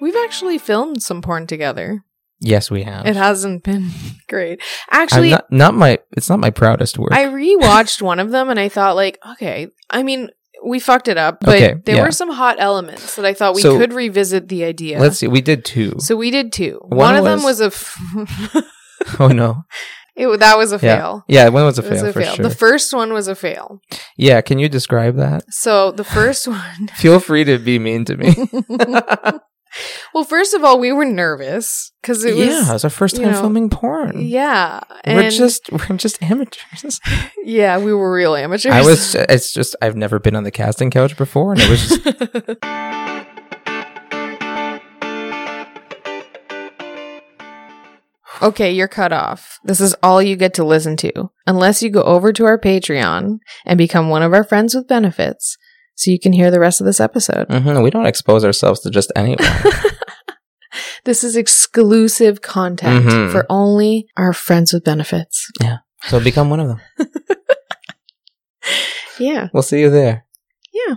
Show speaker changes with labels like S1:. S1: We've actually filmed some porn together.
S2: Yes, we have.
S1: It hasn't been great.
S2: I'm
S1: Actually,
S2: not, not my. It's not my proudest work.
S1: I rewatched one of them and I thought, like, okay, I mean, we fucked it up, but
S2: Okay,
S1: there
S2: yeah.
S1: were some hot elements that I thought we
S2: So-
S1: could revisit the idea.
S2: Let's see. We did two.
S1: so we did two.
S2: One
S1: One, of them was
S2: was-
S1: a. F-
S2: oh no.
S1: it, that was a fail.
S2: Yeah, one was a
S1: It was
S2: fail for sure.
S1: The first one was a fail.
S2: yeah, can you describe that?
S1: So the first one.
S2: Feel free to be mean to me.
S1: Well, first of all, we were nervous because it was.
S2: yeah, it's our first
S1: you
S2: time
S1: know,
S2: filming porn.
S1: Yeah,
S2: we're
S1: and
S2: just we're just amateurs.
S1: yeah, we were real amateurs.
S2: I was. It's just I've never been on the casting couch before, and it was just
S1: okay, you're cut off. This is all you get to listen to, unless you go over to our Patreon and become one of our friends with benefits, so you can hear the rest of this episode.
S2: Mhm, we don't expose ourselves to just anyone.
S1: This is exclusive content
S2: Mhm.
S1: for only our friends with benefits.
S2: so become one of them.
S1: Yeah,
S2: We'll see you there.
S1: yeah.